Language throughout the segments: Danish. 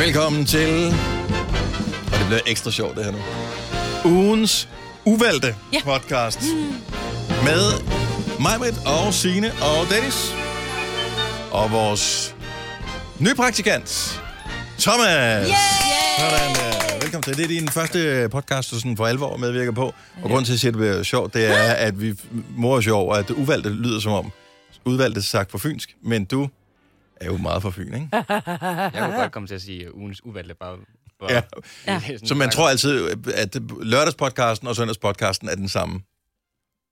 Velkommen til... Og det bliver ekstra sjovt, det her nu. Ugens uvalgte Ja. ja. podcast. Mm. Med Majbrit og Signe og Dennis. Og vores nye praktikant, Thomas. Yeah. Sådan, øh, velkommen til. Det er din første podcast, du sådan for alvor medvirker på. Og grunden til, at jeg siger, at det bliver sjovt, det er, at vi morer os jo over, at det uvalgte lyder som om udvalgte sagt på fynsk. Men du er jo meget fra Fyn, ikke? Jeg Ah. kunne godt komme til at sige øh, ugens uvalgte bare... bare Ja. Ja. Så man tror altid, at lørdagspodcasten og søndagspodcasten er den samme. Nå,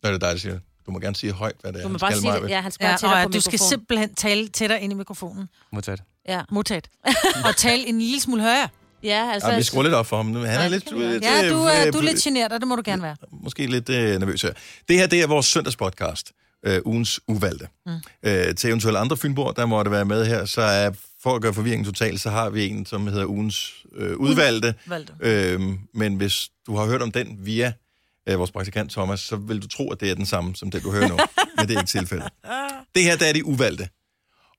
det er dig, der siger det. Du må gerne sige højt, hvad det er. Du må han bare skal, sige, Maja. det. ja, han skal Ja, bare tættere og på at du skal mikrofonen. simpelthen tale tættere ind i mikrofonen. Modsat. Ja, Motat. og tale en lille smule højere. ja altså... Ja, vi skruer lidt op for ham. nu. Han er lidt, lidt Ja, du, øh, er, du er lidt generet, og det må du gerne være. måske lidt øh, nervøs her. Det her, det er vores søndagspodcast, øh, ugens uvalgte. Mm. Øh, til eventuelle andre fynbord, der måtte være med her, så er, for at gøre forvirringen total, så har vi en, som hedder ugens øh, udvalgte. Valgte. Øh, men hvis du har hørt om den via øh, vores praktikant Thomas, så vil du tro, at det er den samme, som den, du hører nu. men det er ikke tilfældet. Det her, der er de uvalgte.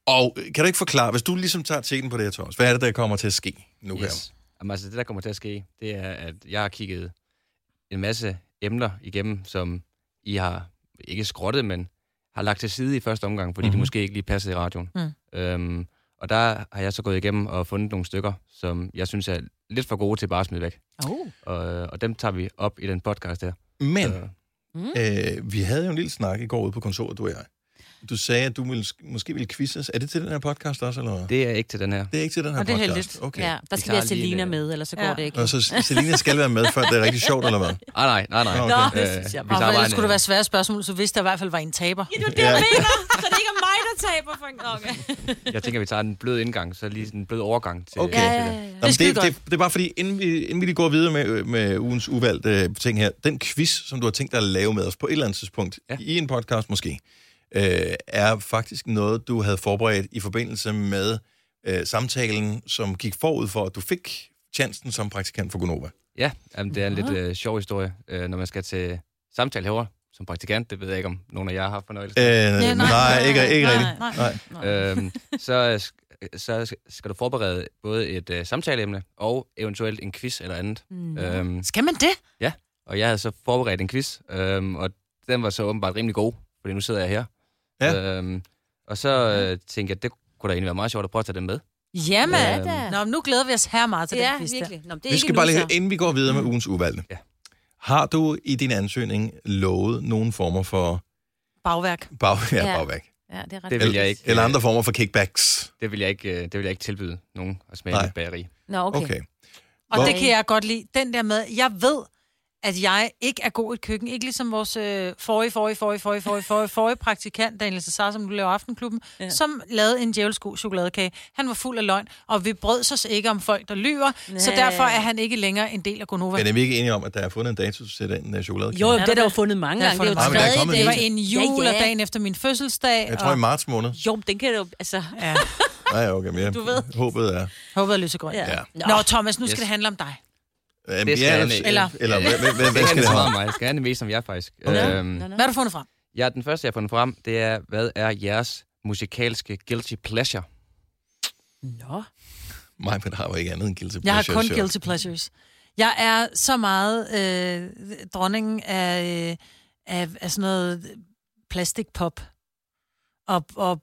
Og øh, kan du ikke forklare, hvis du ligesom tager tækken på det her, Thomas, hvad er det, der kommer til at ske nu her? Yes. Jamen, altså, det, der kommer til at ske, det er, at jeg har kigget en masse emner igennem, som I har ikke skrottet, men har lagt til side i første omgang, fordi mm-hmm. det måske ikke lige passede i radioen. Mm. Øhm, og der har jeg så gået igennem og fundet nogle stykker, som jeg synes er lidt for gode til bare at smide væk. Oh. Og, øh, og dem tager vi op i den podcast her. Men... Så- Øh, vi havde jo en lille snak i går ude på kontoret, du og jeg. Du sagde, at du ville, måske ville quizze os. Er det til den her podcast også, eller hvad? Det er ikke til den her. Det er ikke til den her Og det er podcast. heldigt. Okay. Ja, der Vi skal vi have tager lige en, Selina øh, med, ellers så går ja. det ikke. Og så Selina skal være med, før det er rigtig sjovt, eller hvad? Ah, nej, nej, nej. Nå, okay. Nå, det synes jeg bare. Øh, vi Og tager bare ellers en, skulle det være svære spørgsmål, så hvis der i hvert fald var en taber. Ja, det er det, jeg mener. Så det ikke er mig, der taber for en okay. Jeg tænker, vi tager en blød indgang, så lige sådan en blød overgang til, Okay. til Ja, det. Nå, men skide det, det, det er bare fordi, inden vi, inden vi lige går videre med, øh, med ugens uvalgte øh, ting her, den quiz, som du har tænkt dig at lave med os på et eller andet tidspunkt, ja. Ja. i en podcast måske, øh, er faktisk noget, du havde forberedt i forbindelse med øh, samtalen, som gik forud for, at du fik chancen som praktikant for Gonova. Ja, jamen, det er en lidt øh, sjov historie, øh, når man skal til samtale herovre som praktikant. Det ved jeg ikke, om nogen af jer har haft fornøjelse. Øh, nej, nej, ikke, ikke nej, rigtigt. Nej. Nej. øhm, så, øh, sk- så sk- skal du forberede både et øh, samtaleemne og eventuelt en quiz eller andet. Mm. Øhm, Skal man det? og jeg havde så forberedt en quiz, øhm, og den var så åbenbart rimelig god, fordi nu sidder jeg her. Ja. Øhm, og så øh, tænkte jeg, det kunne da egentlig være meget sjovt at prøve at tage den med. Jamen. Ja, da. Nå, men nu glæder vi os her meget til Ja, den quiz der. virkelig. Nå, men det er Øhm, Vi ikke skal bare lige nu, høre, inden vi går videre med ugens uvalgte. Ja. Har du i din ansøgning lovet nogen former for Bagværk. bag, ja, Ja. bagværk? så. Ja, det er ret. Det vil Eller, jeg ikke, eller andre former for kickbacks? Det vil jeg ikke, øh, det vil jeg ikke tilbyde nogen at smage Nej. mit bageri. Nå, okay. Okay. Og Hvor- det kan jeg godt lide. Den der med, jeg ved, at jeg ikke er god i et køkken. Ikke ligesom vores øh, forrige, forrige, forrige, forrige, forrige, forrige, forrige praktikant, Daniel Cesar, som du laver Aftenklubben, ja. som lavede en djævelsko chokoladekage. Han var fuld af løgn, og vi brød os ikke om folk, der lyver. Næh. Så Næh. derfor er han ikke længere en del af Gonova. Men er vi ikke enige om, at der er fundet en dato til den uh, chokolade? Jo, det er der jo fundet mange Der er gange. Det er mange. Nej, men der fundet jo er tredje kommet Det dag. var en jul, Ja, ja, ja. ja. og dagen efter min fødselsdag. Jeg tror i og... marts måned. Jo, den kan jo, altså... Ja, Nej, okay, men jeg, Du ved. håbet er... håbet er lysegrøn. Ja. Ja. Ja. Nå, Nå, Thomas, nu yes. Yes. skal det handle om dig. Øhm, Det skal ja, han ikke. Eller, eller hvad, hvad, hvad, hvad skal det handle have? mig. Jeg skal handle mest om jer, faktisk. Okay. Øhm, Nå, nå. Hvad har du fundet frem? ja, den første, jeg har fundet frem, det er, hvad er jeres musikalske guilty pleasure? Nå. Mig, men har jo ikke andet end guilty pleasure. Jeg har kun så- guilty pleasures. Jeg er så meget øh, dronningen af, øh, af, af sådan noget plastikpop og, og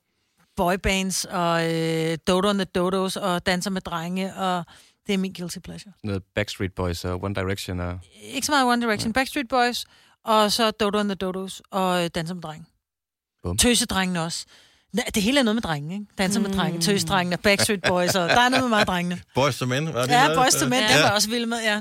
boybands og øh, Dodo and the Dodos og danser med drenge, og det er min guilty pleasure. Sådan noget Backstreet Boys og One Direction og... Ikke så meget One Direction, Backstreet Boys, og så Dodo and the Dodos og øh, danser med drenge. Bum. Tøsedrengene også. Nej, Det hele er noget med drenge, ikke? Danser med drenge, tøsedrengene, Backstreet Boys, og der er noget med meget drengene. Boys to Men, var det Ja, noget? Boys to Men, Ja. ja. den var jeg også vild med, ja.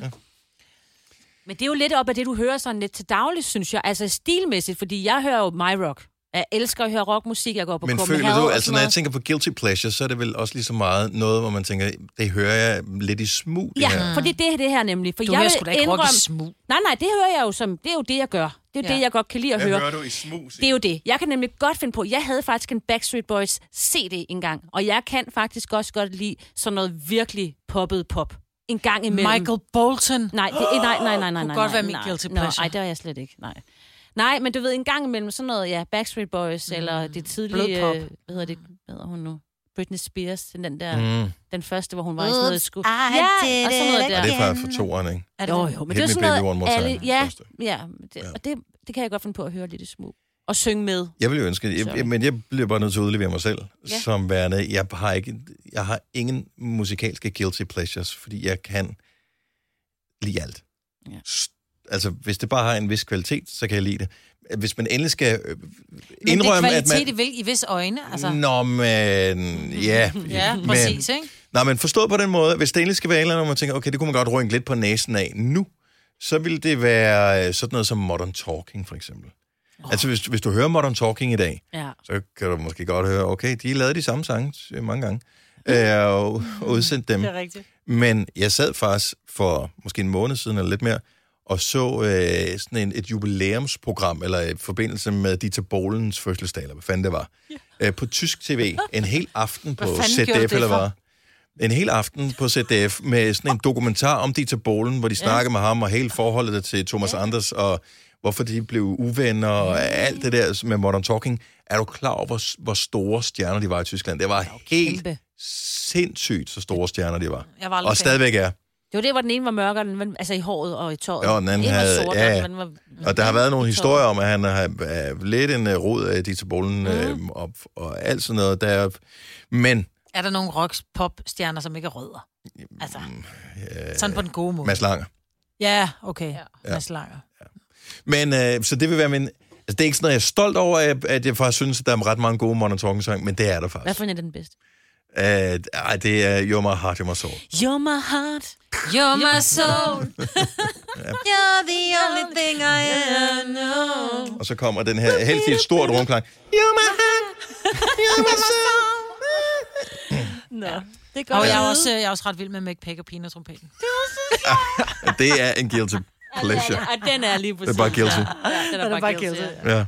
Men det er jo lidt op af det, du hører sådan lidt til daglig, synes jeg. Altså stilmæssigt, fordi jeg hører jo my rock. Jeg elsker at høre rockmusik. Jeg går på Men Copenhagen føler du, og altså sådan når jeg noget. tænker på guilty pleasure, så er det vel også lige så meget noget, hvor man tænker, det hører jeg lidt i smug, det her. Ja, for det er det, det her nemlig. For Du jeg hører vil sgu da ikke rock i indrømme... smug. Nej, nej, det hører jeg jo som... Det er jo det, jeg gør. Det er jo Ja. det, jeg godt kan lide at høre. du i smug? Det er jo det. Jeg kan nemlig godt finde på, jeg havde faktisk en Backstreet Boys CD engang, og jeg kan faktisk også godt lide sådan noget virkelig poppet pop. En gang imellem. Michael Bolton. Nej, det, nej, nej, nej, nej, nej. Kunne nej, godt være nej, mit nej. guilty Nå, pleasure. Nej, det er jeg slet ikke. Nej. Nej, men du ved, en gang imellem sådan noget, ja, Backstreet Boys, mm. eller det tidlige... Blød pop. øh, Hvad hedder det? Hvad hedder hun nu? Britney Spears, den, den der, mm. Mm. den første, hvor hun var i sådan noget Oops, sku. I did og sådan noget it der. Og det er fra, igen. fra toeren, ikke? Er det Jo, det? jo, men Hit det er me sådan noget, baby one more time, alle, ja, første. ja, det, Ja. og det, det kan jeg godt finde på at høre lidt i smug. Og synge med. Jeg ville jo ønske, jeg, Sorry. jeg, men jeg bliver bare nødt til at udlevere mig selv ja. Ja. som værende. Jeg har, ikke, jeg har ingen musikalske guilty pleasures, fordi jeg kan lide alt. Ja. S- Altså, hvis det bare har en vis kvalitet, så kan jeg lide det. Hvis man endelig skal øh, Men indrømme, det er at man... kvalitet i, vil, i vis øjne, altså. Nå, men... Ja, Ja, præcis, ikke? Nej, men forstået på den måde, hvis det endelig skal være en eller anden, hvor man tænker, okay, det kunne man godt rynke lidt på næsen af nu, så ville det være øh, sådan noget som Modern Talking, for eksempel. Oh. Altså, hvis, hvis du hører Modern Talking i dag, Ja. så kan du måske godt høre, okay, de lavede de samme sange øh, mange gange, øh, og, og udsendte dem. rigtigt. Men jeg sad faktisk for måske en måned siden eller lidt mere, og så øh, sådan en, et jubilæumsprogram, eller i forbindelse med Dieter Bolens fødselsdag, eller hvad fanden det var, øh, på tysk tv, en hel aften på fanden ZDF, gjorde du det eller hvad? for? En hel aften på ZDF med sådan en dokumentar om Dieter Bolen, hvor de snakkede med ham og hele forholdet til Thomas Anders, og hvorfor de blev uvenner, og alt det der med Modern Talking. Er du klar over, hvor, hvor store stjerner de var i Tyskland? Det var helt Kæmpe. sindssygt, så store stjerner de var. Jeg var aldrig Og fan. stadigvæk er. Det var det, hvor den ene var mørkere, den, var- altså i håret og i tøjet. Jo, den anden ene havde- var sort, ja, og ja. den anden var... Og der har været nogle historier om, at han har er lidt en øh, rod af Dieter Bohlen øh, og, og alt sådan noget. Der. er- Men Er der nogle rock pop stjerner som ikke er rødder? Altså, sådan på den gode måde. øh, Mads Langer. Ja, okay. Ja. Mads Langer. Men, øh, så det vil være min... Altså, det er ikke sådan noget, jeg er stolt over, at- at jeg faktisk synes, at der er ret mange gode Modern Talking sang, men det er der Hvad faktisk. for en er den bedste? Øh, ej, det er You're My Heart, You're My Soul. You're my heart. You're my soul. You're the only thing I ever know. Og så kommer den her, helst i et stort rumklang. You're My Heart, You're My Soul. Nå, det gør Og jeg er, også, øh, jeg er også ret vild med McPack og Pino-trompeten. Det er en guilty pleasure. Og den er lige Det præcis. er bare guilty. Ja, den er, bare guilty. Ja.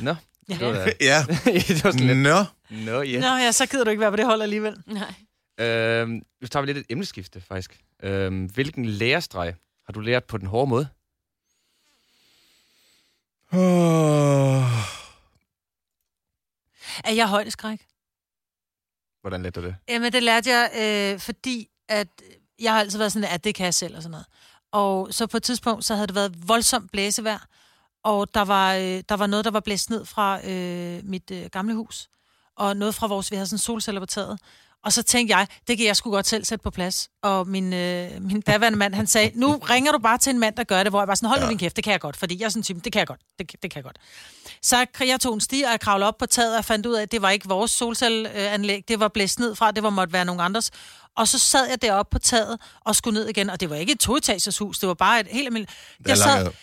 Nå, det var da... Ja. det var sådan lidt... Nå. Nå, ja. Nå ja, så gider du ikke være på det hold alligevel. Nej. Øhm, nu tager vi lidt et emneskifte, faktisk. Øhm, hvilken lærestreg har du lært på den hårde måde? Åh. Er jeg højdeskræk? Hvordan lærte du det? Jamen, det lærte jeg, øh, fordi at jeg har altid været sådan, at det kan jeg selv og sådan noget. Og så på et tidspunkt, så havde det været voldsomt blæsevejr, og der var, øh, der var noget, der var blæst ned fra øh, mit øh, gamle hus, og noget fra vores, vi havde sådan solceller på taget. Og så tænkte jeg, det kan jeg sgu godt selv sætte på plads. Og min, øh, min daværende mand, han sagde, nu ringer du bare til en mand, der gør det, hvor jeg var sådan, hold nu din kæft, det kan jeg godt, fordi jeg er sådan en type, det kan jeg godt, det, det kan jeg godt. Så jeg- jeg tog en sti, og jeg kravlede op på taget, og jeg fandt ud af, at det var ikke vores solcelleanlæg, det var blæst ned fra, det var måtte være nogen andres. Og så sad jeg deroppe på taget og skulle ned igen, og det var ikke et toetagers hus, det var bare et helt almindeligt... er Jeg sad, langt.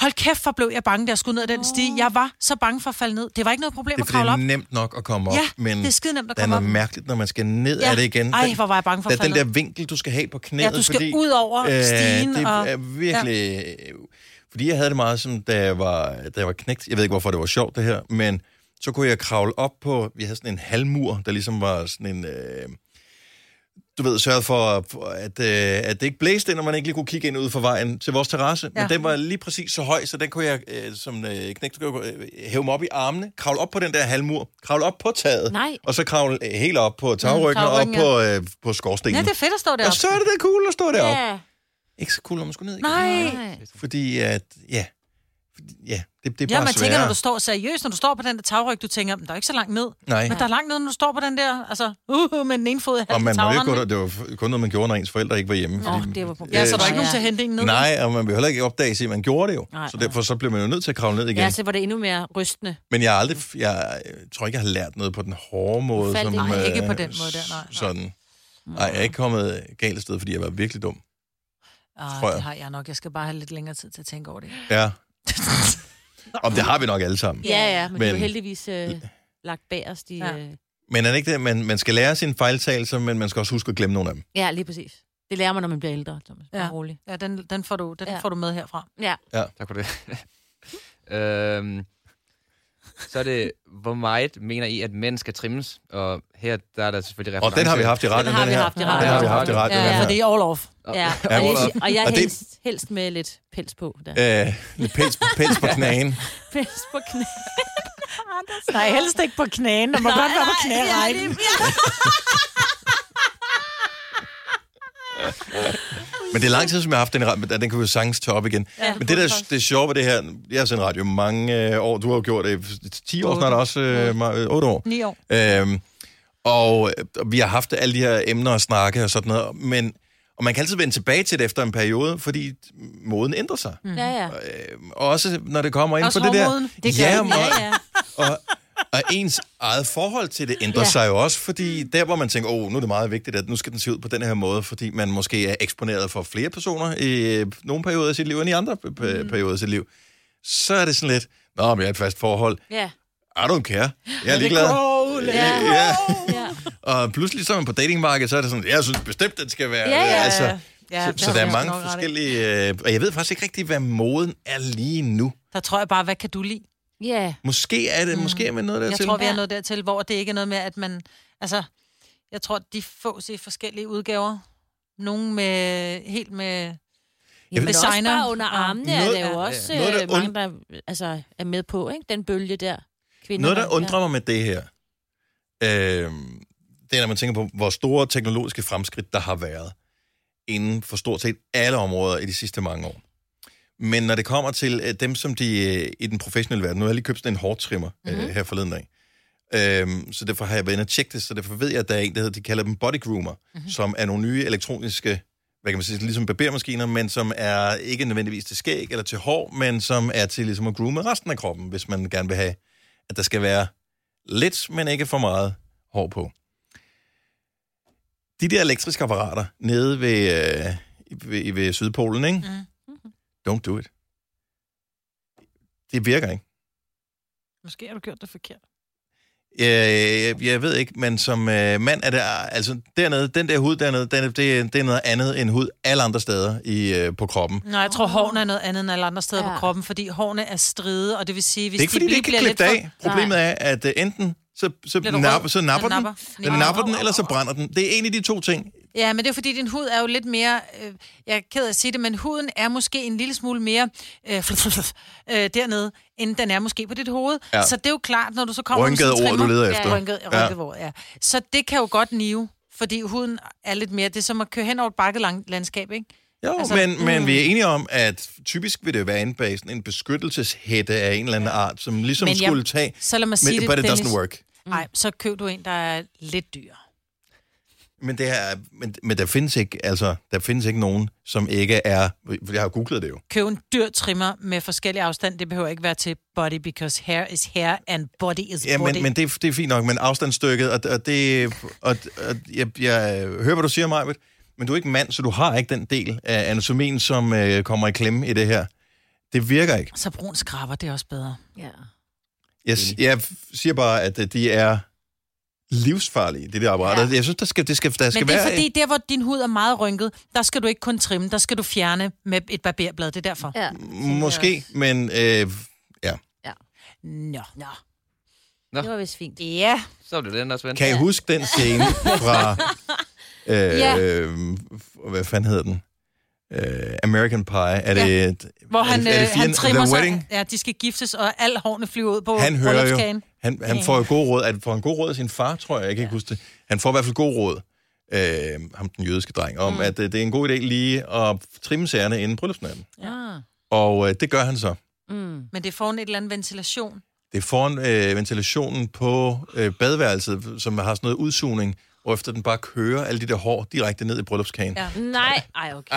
hold kæft, hvor blev jeg bange, da jeg skulle ned ad den sti. Jeg var så bange for at falde ned. Det var ikke noget problem Det er at fordi, kravle det op. er nemt nok at komme op, Ja, men det er skide nemt at der er komme noget op. mærkeligt, når man skal ned ja. af det igen. Ej, Den- hvor var jeg bange for der at er den falde der ned. vinkel, du skal have på knæet. Ja, du skal fordi, øh, ud over stigen Det og- er virkelig... Ja. Fordi jeg havde det meget som, da jeg, var, da jeg var knægt. Jeg ved ikke, hvorfor det var sjovt, det her. Men så kunne jeg kravle op på... Vi havde sådan en halvmur, der ligesom var sådan en... Øh, du ved, sørgede for, for at, øh, at det ikke blæste ind, og man ikke lige kunne kigge ind ud for vejen til vores terrasse. Ja. Ja. Men den var lige præcis så høj, så den kunne jeg øh, som øh, knægt øh, hæve mig op i armene, kravle op på den der halvmur, kravle op på taget, Nej. og så kravle øh, helt op på tagryggen mm, og op tagryggen, på, øh, på skorstenen. Ja, det er fedt at stå og deroppe. så er det da cool at stå deroppe. Ja. Ikke så cool, når man skulle ned igen. Nej. Fordi at, ja, fordi, ja det, det er Ja, bare man sværere. tænker, når du står seriøst, når du står på den der tagryg, du tænker, "Men der er ikke så langt ned. Nej. Men der er langt ned, når du står på den der, altså, uh, uh, med den ene fod i og halsen man må jo ikke tagrenden. gå der, det var kun noget, man gjorde, når ens forældre ikke var hjemme. Nå, fordi- det var problemet. Ja, så er der Øh, ikke nogen til at hente en ned. Nej, og man vil heller ikke opdage, at man gjorde det jo. Nej. så derfor så bliver man jo nødt til at kravle ned igen. Ja, altså- så var det endnu mere rystende. Men jeg har aldrig, jeg øh, tror ikke, jeg har lært noget på den hårde måde. Faldt ikke- Nej, øh, ikke på den måde der, nej. Sådan. Mm. Nej, jeg er ikke kommet galt af sted, fordi jeg var virkelig dum. tror Ah, jeg. det har jeg nok. Jeg skal bare have lidt længere tid til at tænke over det. Ja. Om det har vi nok alle sammen. Ja, ja, men, men... Men- det er jo heldigvis øh, lagt bag os. De, Ja. ja. Øh... Men er det ikke det, man, man skal lære sine fejltagelser, men man skal også huske at glemme nogle af dem. ja, lige præcis. Det lærer man, når man bliver ældre, Thomas. Ja. Ja. Rolig. Ja, den, den, får, du, den Ja. ja. får du med herfra. Ja. Tak for det. øhm, så er det, hvor meget mener I, at mænd skal trimmes? Og her der er der selvfølgelig Og reference. den har vi haft i radioen, Den har vi her. haft i Den har vi radioen. haft i radioen, Ja, den ja. her. For det er all off. Ja, og, Ja, jeg, hvor- og jeg og det- helst, helst med lidt pels på. Der. Øh, lidt pels, pels på knagen. Pels på knæ. Nej, helst ikke på knæene. Der må godt være på knærækken. Men det er lang tid, som jeg har haft den radio, men den kan vi jo sagtens tage op igen. Ja, men det, der det er sjove ved det her, jeg har sendt radio mange øh, år, du har jo gjort det i 10 år snart også, øh, ma- øh, 8 år. Ni år. Øhm, og øh, vi har haft alle de her emner at snakke og sådan noget, men og man kan altid vende tilbage til det efter en periode, fordi moden ændrer sig. Mm. Ja, ja. Og også når det kommer ind Også på det der. hårmoden. Det ja, og, Ja, ja. og, og ens eget forhold til det ændrer ja. Ja. sig jo også, fordi der, hvor man tænker, åh, oh, nu er det meget vigtigt, at nu skal den se ud på den her måde, fordi man måske er eksponeret for flere personer i øh, nogle perioder af sit liv, end i andre p- Mm. p- perioder af sit liv, så er det sådan lidt, nå, men jeg er i et fast forhold. ja. I don't care. Jeg er ligeglad. Ja. Ja. Ja. Og pludselig så er man på datingmarkedet, så er det sådan, jeg synes bestemt, den skal være... Ja, ja. øh, Altså, Ja, så, så har der du er mange nok ret i. forskellige... Øh, og jeg ved faktisk ikke rigtig, hvad moden er lige nu. Der tror jeg bare, hvad kan du lide? Ja. Måske er det, måske er man noget Mm. Jeg dertil. tror, vi er Ja. nået dertil, hvor det ikke er noget med, at man... Altså, jeg tror, de fås i forskellige udgaver. Nogle med, helt med... Jeg ved, Også Designer. bare under armene noget, er Noget- der jo Ja. også Ja. Noget, der øh, mange, der altså, er med på, ikke? Den bølge der. Kvinder, Noget, der undrer mig med det her, øh, det er, når man tænker på, hvor store teknologiske fremskridt, der har været inden for stort set alle områder i de sidste mange år. Men når det kommer til øh, dem, som de øh, i den professionelle verden, nu har jeg lige købt sådan en hårdtrimmer øh, mm-hmm. her forleden dag, Øhm, så derfor har jeg været inde og tjekke det, så derfor ved jeg, at der er en, der hedder, de kalder dem body groomer, mm-hmm. som er nogle nye elektroniske, hvad kan man sige, ligesom barbermaskiner, men som er ikke nødvendigvis til skæg eller til hår, men som er til ligesom at groome resten af kroppen, hvis man gerne vil have, at der skal være lidt, men ikke for meget hår på. De der elektriske apparater nede ved, øh, ved, ved Sydpolen, ikke? Mm. Don't do it. Det virker ikke. Måske har du gjort det forkert. Øh, jeg, jeg ved ikke, men som øh, mand er det, altså dernede, den der hud dernede, den, er- det, er- det er noget andet end hud alle andre steder i, øh, på kroppen. Nej, jeg tror, hårene er noget andet end alle andre steder ja. Ja. på kroppen, fordi hårene er stride, og det vil sige, det hvis er ikke, fordi de det lige ikke kan bliver lidt klippe for... det af. Problemet er, at øh, enten så, så, Bliver du napper, rød? så napper Den den, napper. den, napper den, eller så brænder den. Det er en af de to ting. Ja, men det er fordi, din hud er jo lidt mere... Øh, jeg er ked af at sige det, men huden er måske en lille smule mere øh, øh, dernede, end den er måske på dit hoved. Ja. Ja. Så det er jo klart, når du så kommer... med Rynkede sådan en ord, du trimmer- leder efter. Ja, rynket, Ja. rynket ord, ja. Så det kan jo godt nive, fordi huden er lidt mere... Det er som at køre hen over et bakket lang- landskab, ikke? Jo, altså, Altså, men, mm. men vi er enige om, at typisk vil det være en bag sådan en beskyttelseshætte af en eller anden art, som ligesom Men jeg- skulle tage... Så lad mig sige Men, det, but it Dennis. doesn't work. Nej, så køb du en, der er lidt dyr. Men, det her, men, men der findes ikke, altså, der findes ikke nogen, som ikke er... Jeg har googlet det jo. Køb en dyr trimmer med forskellige afstand. Det behøver ikke være til body, because hair is hair, and body is Ja, body. men, men det, er- det er fint nok, men afstandsstykket, og, og det... Og, og, jeg, jeg hører, hvad du siger, Majbet, men du er ikke mand, så du har ikke den del af anatomien, som øh, kommer i klemme i det her. Det virker ikke. Så brun skraber, det er også bedre. Ja. Jeg, s- jeg f- siger bare, at øh, de er livsfarlige, det der apparat. Ja. Jeg synes, der skal, det skal, der skal Men det er være... fordi, der hvor din hud er meget rynket, der skal du ikke kun trimme, der skal du fjerne med et barberblad, det er derfor. ja. Måske, men... Øh, ja. Nå. Nå. Det var vist fint. Ja. Så er det den også, ven. Kan I huske den scene fra... Øh, Ja. øh, hvad fanden hedder den? Øh, American Pie. Er det, ja. Hvor han, er det øh, han firen- trimmer The Wedding? sig. Ja, de skal giftes, og al hårene flyver ud på han hører jo, bryllupskagen. han, han får jo god råd, at får han god råd af sin far, tror jeg, jeg kan ikke huske det. Han får i hvert fald god råd, øh, ham den jødiske dreng, om mm. at øh, det er en god idé lige at trimme særne inden bryllupsnatten. Ja. Og øh, det gør han så. Mm. Men det er foran et eller andet ventilation. Det er foran øh, ventilationen på øh, badeværelset, som har sådan noget udsugning, og efter den bare kører alle de der hår direkte ned i bryllupskagen. Ja. Ja. Nej, ej, okay.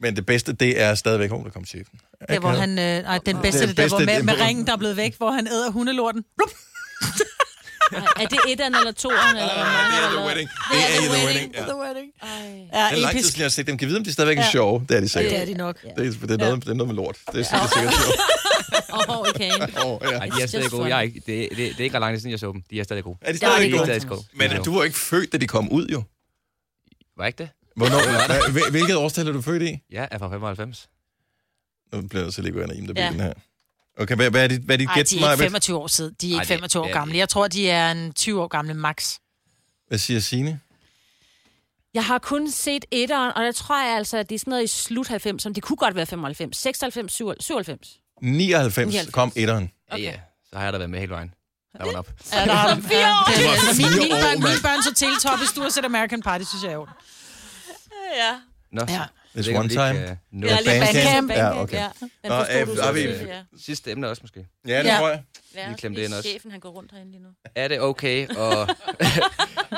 Men det bedste, det er stadigvæk, hun der kom chefen. Der, hvor han, øh, nej, den bedste, Den det, der, bedste, hvor med, den- med ringen, der er blevet væk, hvor han æder hundelorten. Rup! Ej, er det etteren eller toeren, eller hvor mange Det er The der Wedding. Det er The Wedding. Ja. Ej. Ja, Det er lang tid, episk. siden jeg har set dem. Kan vide, om de stadigvæk er sjove? Det er de sikkert. Det er de nok. Det er, det er, noget, det er noget med lort. Det er sikkert sikkert sjovt. Og okay. Oh, ja. Nej, de er stadig gode. Jeg er ikke, det, det, det, er ikke ret lang tid siden, jeg så dem. De er stadig gode. Er de De Nej, stadig er det er gode? stadig gode. Men øh, du var ikke født, da de kom ud, jo. Var ikke det? Hvornår, hva- hvil- hvilket årstal er du født i? Jeg er fra 95. Nu bliver jeg så lige gå ind og imde Ja. bilen her. Okay, hvad, hvad er dit, hvad er dit Ej, gæt, de er ikke Maja? 25 år siden. De er Ej, ikke det- 25 år det er de gamle. Jeg tror, de er en 20 år gamle max. Hvad siger Signe? Jeg har kun set etteren, og der tror jeg altså, at det er sådan noget i slut 90'erne. Det kunne godt være 95, 96, 97. 99 kom etteren. Ja, ja. så har jeg da været med hele vejen. Der var op. Ja, der har du. Fire år! Det, var altså, mine, fire mine, år, børn, mine mand. børn så teletop, hvis du har set American Party, synes jeg er i orden. Ja. Nå, øh, Ja. jeg ved It's ikke, om one vi ikke time. kan nå Jeg er lige Bandcamp. bandcamp. Ja, okay. Den Nå, forstod øh, du er så vi- selvfølgelig, ja. sidste emne også måske. Ja, det Ja. tror jeg. Lige klemme det ind også. Chefen, han går rundt herinde lige nu. Er det okay? Og Åh,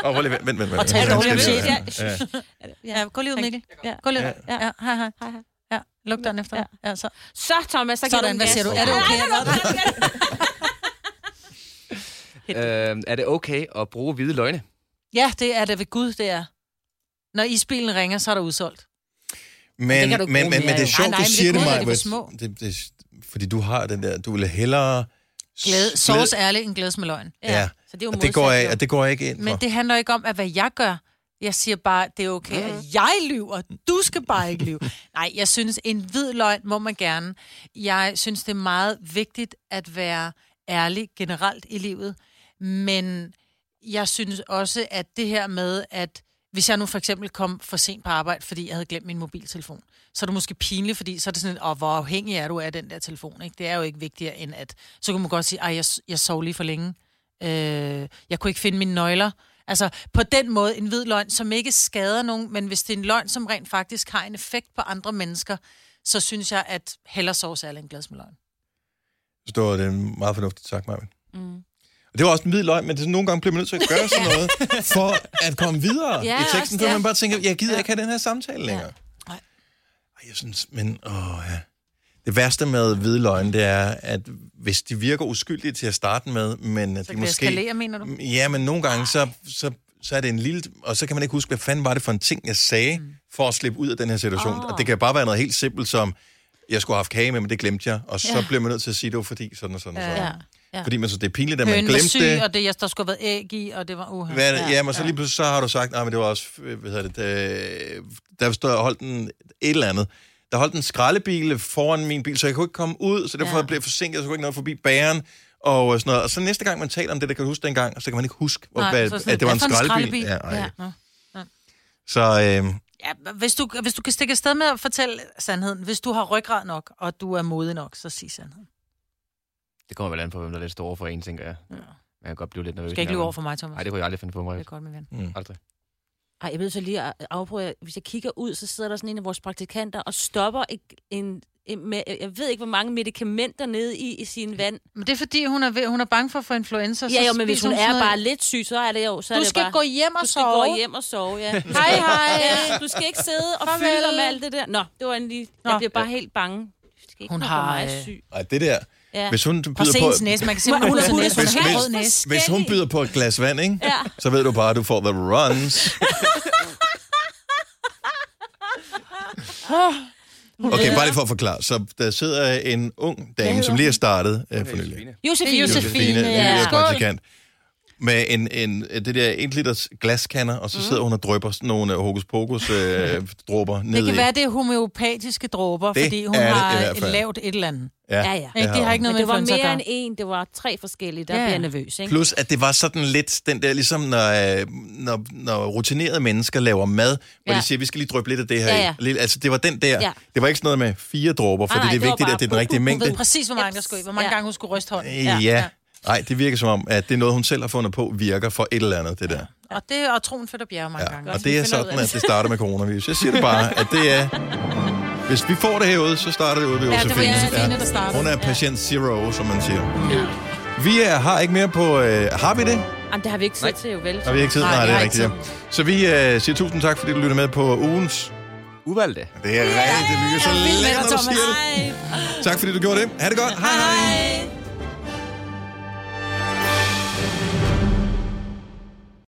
prøv lige, vent, vent, vent. Og tal dårligt om chefen. Ja. Ja, gå lige ud, Mikkel. Ja. Gå lige ud. Ja. Ja, ja. hej, hej. Hej, hej. Ja, luk døren efter dig. Ja, så. Så, Thomas, så giver Sådan, den hvad gas. siger du? Er det okay? Ej, Eller? øh, er det okay at bruge hvide løgne? Ja, det er det ved Gud, det er. Når isbilen ringer, så er der udsolgt. Men, kan du men, men, ikke bruge men mere, det er sjovt, jo. Nej, nej, du men det siger det, kunne Maja. være, de var små. hvis- Det, det, fordi du har den der, du vil hellere... s- Glæde, sovs ærligt end glædes med løgn. Ja, Så det er jo og det går, jeg, modsat, og det går jeg ikke ind for. Men det handler ikke om, at hvad jeg gør. Jeg siger bare, det er okay, mm. at jeg lyver. Du skal bare ikke lyve. Nej, jeg synes, en hvid løgn må man gerne. Jeg synes, det er meget vigtigt at være ærlig generelt i livet. Men jeg synes også, at det her med, at hvis jeg nu for eksempel kom for sent på arbejde, fordi jeg havde glemt min mobiltelefon, så er det måske pinligt, fordi så er det sådan, at, åh, hvor afhængig er du af den der telefon? Ikke? Det er jo ikke vigtigere end at... Så kan man godt sige, at jeg, jeg sov lige for længe. Øh, jeg kunne ikke finde mine nøgler. Altså på den måde en hvid løgn, som ikke skader nogen, men hvis det er en løgn, som rent faktisk har en effekt på andre mennesker, så synes jeg, at heller sovs er en glas med løgn. Forstår, det er en meget fornuftigt sagt, Maja. Mm. Og det var også en hvid løgn, men det er sådan, nogle gange bliver man nødt til at gøre sådan noget, for at komme videre Ja, ja, i teksten, også, for ja. man bare tænker, jeg gider ikke have den her samtale længere. Nej. Ej, jeg synes, men åh, ja. Det værste med hvide løgn, det er, at hvis de virker uskyldige til at starte med, men at Så de kan måske... Mm. det eskalere, mener du? Ja, men nogle gange, så, så, så er det en lille... Og så kan man ikke huske, hvad fanden var det for en ting, jeg sagde, mm. for at slippe ud af den her situation. Åh. Oh. Og Ah. det kan bare være noget helt simpelt, som jeg skulle have haft kage med, men det glemte jeg. Og så Ja. bliver man nødt til at sige, det var fordi sådan og sådan og sådan. Ja. Ja. Fordi man synes, det er pinligt, at man Hønen var glemte syg, det. og det, jeg, der skulle have været æg i, og det var uha. Hvad er det? Ja, men så lige pludselig så har du sagt, nej, men det var også, øh, hvad hedder det, øh, der stod, holdt en, et eller andet. Der holdt en skraldebil foran min bil, så jeg kunne ikke komme ud, så derfor Ja. ja. blev jeg forsinket, så kunne jeg ikke nå forbi bæren og øh, sådan noget. Og så næste gang man taler om det, der kan du huske dengang, så kan man ikke huske, hvor, Nej, hvad, så sådan, at det var en hvad for skraldebil. en Ja, ej. Ja. Ja. Nå. Så øh, Ja, hvis, du, hvis du kan stikke afsted med at fortælle sandheden, hvis du har ryggrad nok, og du er modig nok, så sig sandheden. Det kommer vel an på, hvem der er lidt store for en, tænker jeg. Ja. Man kan godt blive lidt nervøs. Du skal ikke lyve over for mig, Thomas. Nej, det kunne jeg aldrig finde på mig. det er godt, min ven. mm. Aldrig. Ej, jeg ved så lige at afprøve, hvis jeg kigger ud, så sidder der sådan en af vores praktikanter og stopper en, en, en med, jeg ved ikke, hvor mange medicamenter nede i, i sin vand. Men det er fordi, hun er, ved, hun er bange for at få influenza. så Ja, jo, men hvis spiser hun sådan er noget- bare lidt syg, så er det jo, så er Du det skal bare, gå hjem og du skal sove. gå hjem og sove, ja. Hej, hej. Ja, du skal ikke sidde og Farvel. fylde dig med alt det der. Nå, det var en lige... Nå. Jeg bliver bare helt bange. Det skal ikke Hun hun har, har... øh, Mig syg. ej, det der, Ja. hvis hun byder Prøv at se hendes på... næse. Man kan se, hun har rød næse. Hun Hvis- har helt hvis- rød næse. Hvis hun byder på et glas vand, ikke? Ja. så ved du bare, at du får the runs. Okay, bare lige for at forklare. Så der sidder en ung dame, som lige har startet øh, for nylig. Josefine. Josefine. Josefine, ja. ja. Skål. praktikant. Med en, en, øh, det der 1 liters glaskanner, og så sidder hun og drypper sådan nogle øh, hokus pokus øh, dråber ned Det kan i. være, det er homeopatiske dråber, Det fordi hun er det i har hvert fald. lavt et eller andet. Ja, ja. Ikke? Det har ikke Men noget med det var influenza at mere gøre. end en, det var tre forskellige, der Ja. ja. bliver nervøs, ikke? Plus, at det var sådan lidt den der, ligesom når, øh, når, når rutinerede mennesker laver mad, hvor Ja. de siger, vi skal lige dryppe lidt af det her Ja, ja, ja. ja. Altså, det var den der. Ja. Det var ikke sådan noget med fire dråber, fordi nej, det er det var vigtigt, bare uhuh, at det er den rigtige Hun ved mængde. præcis, hvor mange der skulle i. Hvor mange Ja. gange hun skulle ryste hånden. Ja. uhuh, ja. Nej, det virker som om, at det er noget, hun selv har fundet på, virker for et eller andet, det der. Og, det, og troen flytter bjerge mange gange. Ja, og Godt, det vi er finder ud sådan, af at det starter med coronavirus. Jeg siger det bare, at det er... Hvis vi får det herude, så starter det ude ved Ja, det var Josefine. Josefine, der startede. Hun er patient zero, som man siger. Vi er, har ikke mere på... Øh, har vi det? Jamen, det har vi ikke tid til, jo vel? Har vi ikke tid? Nej, Nej, vi det er har rigtigt. Ja. ikke Så vi øh, siger tusind tak, fordi du lytter med på ugens... Uvalgte. Det er rigtigt. Det lyder så vild med let, dig, når du Thomas. siger det. Tak fordi du gjorde det. Ha' det godt. Hej hej. Hej.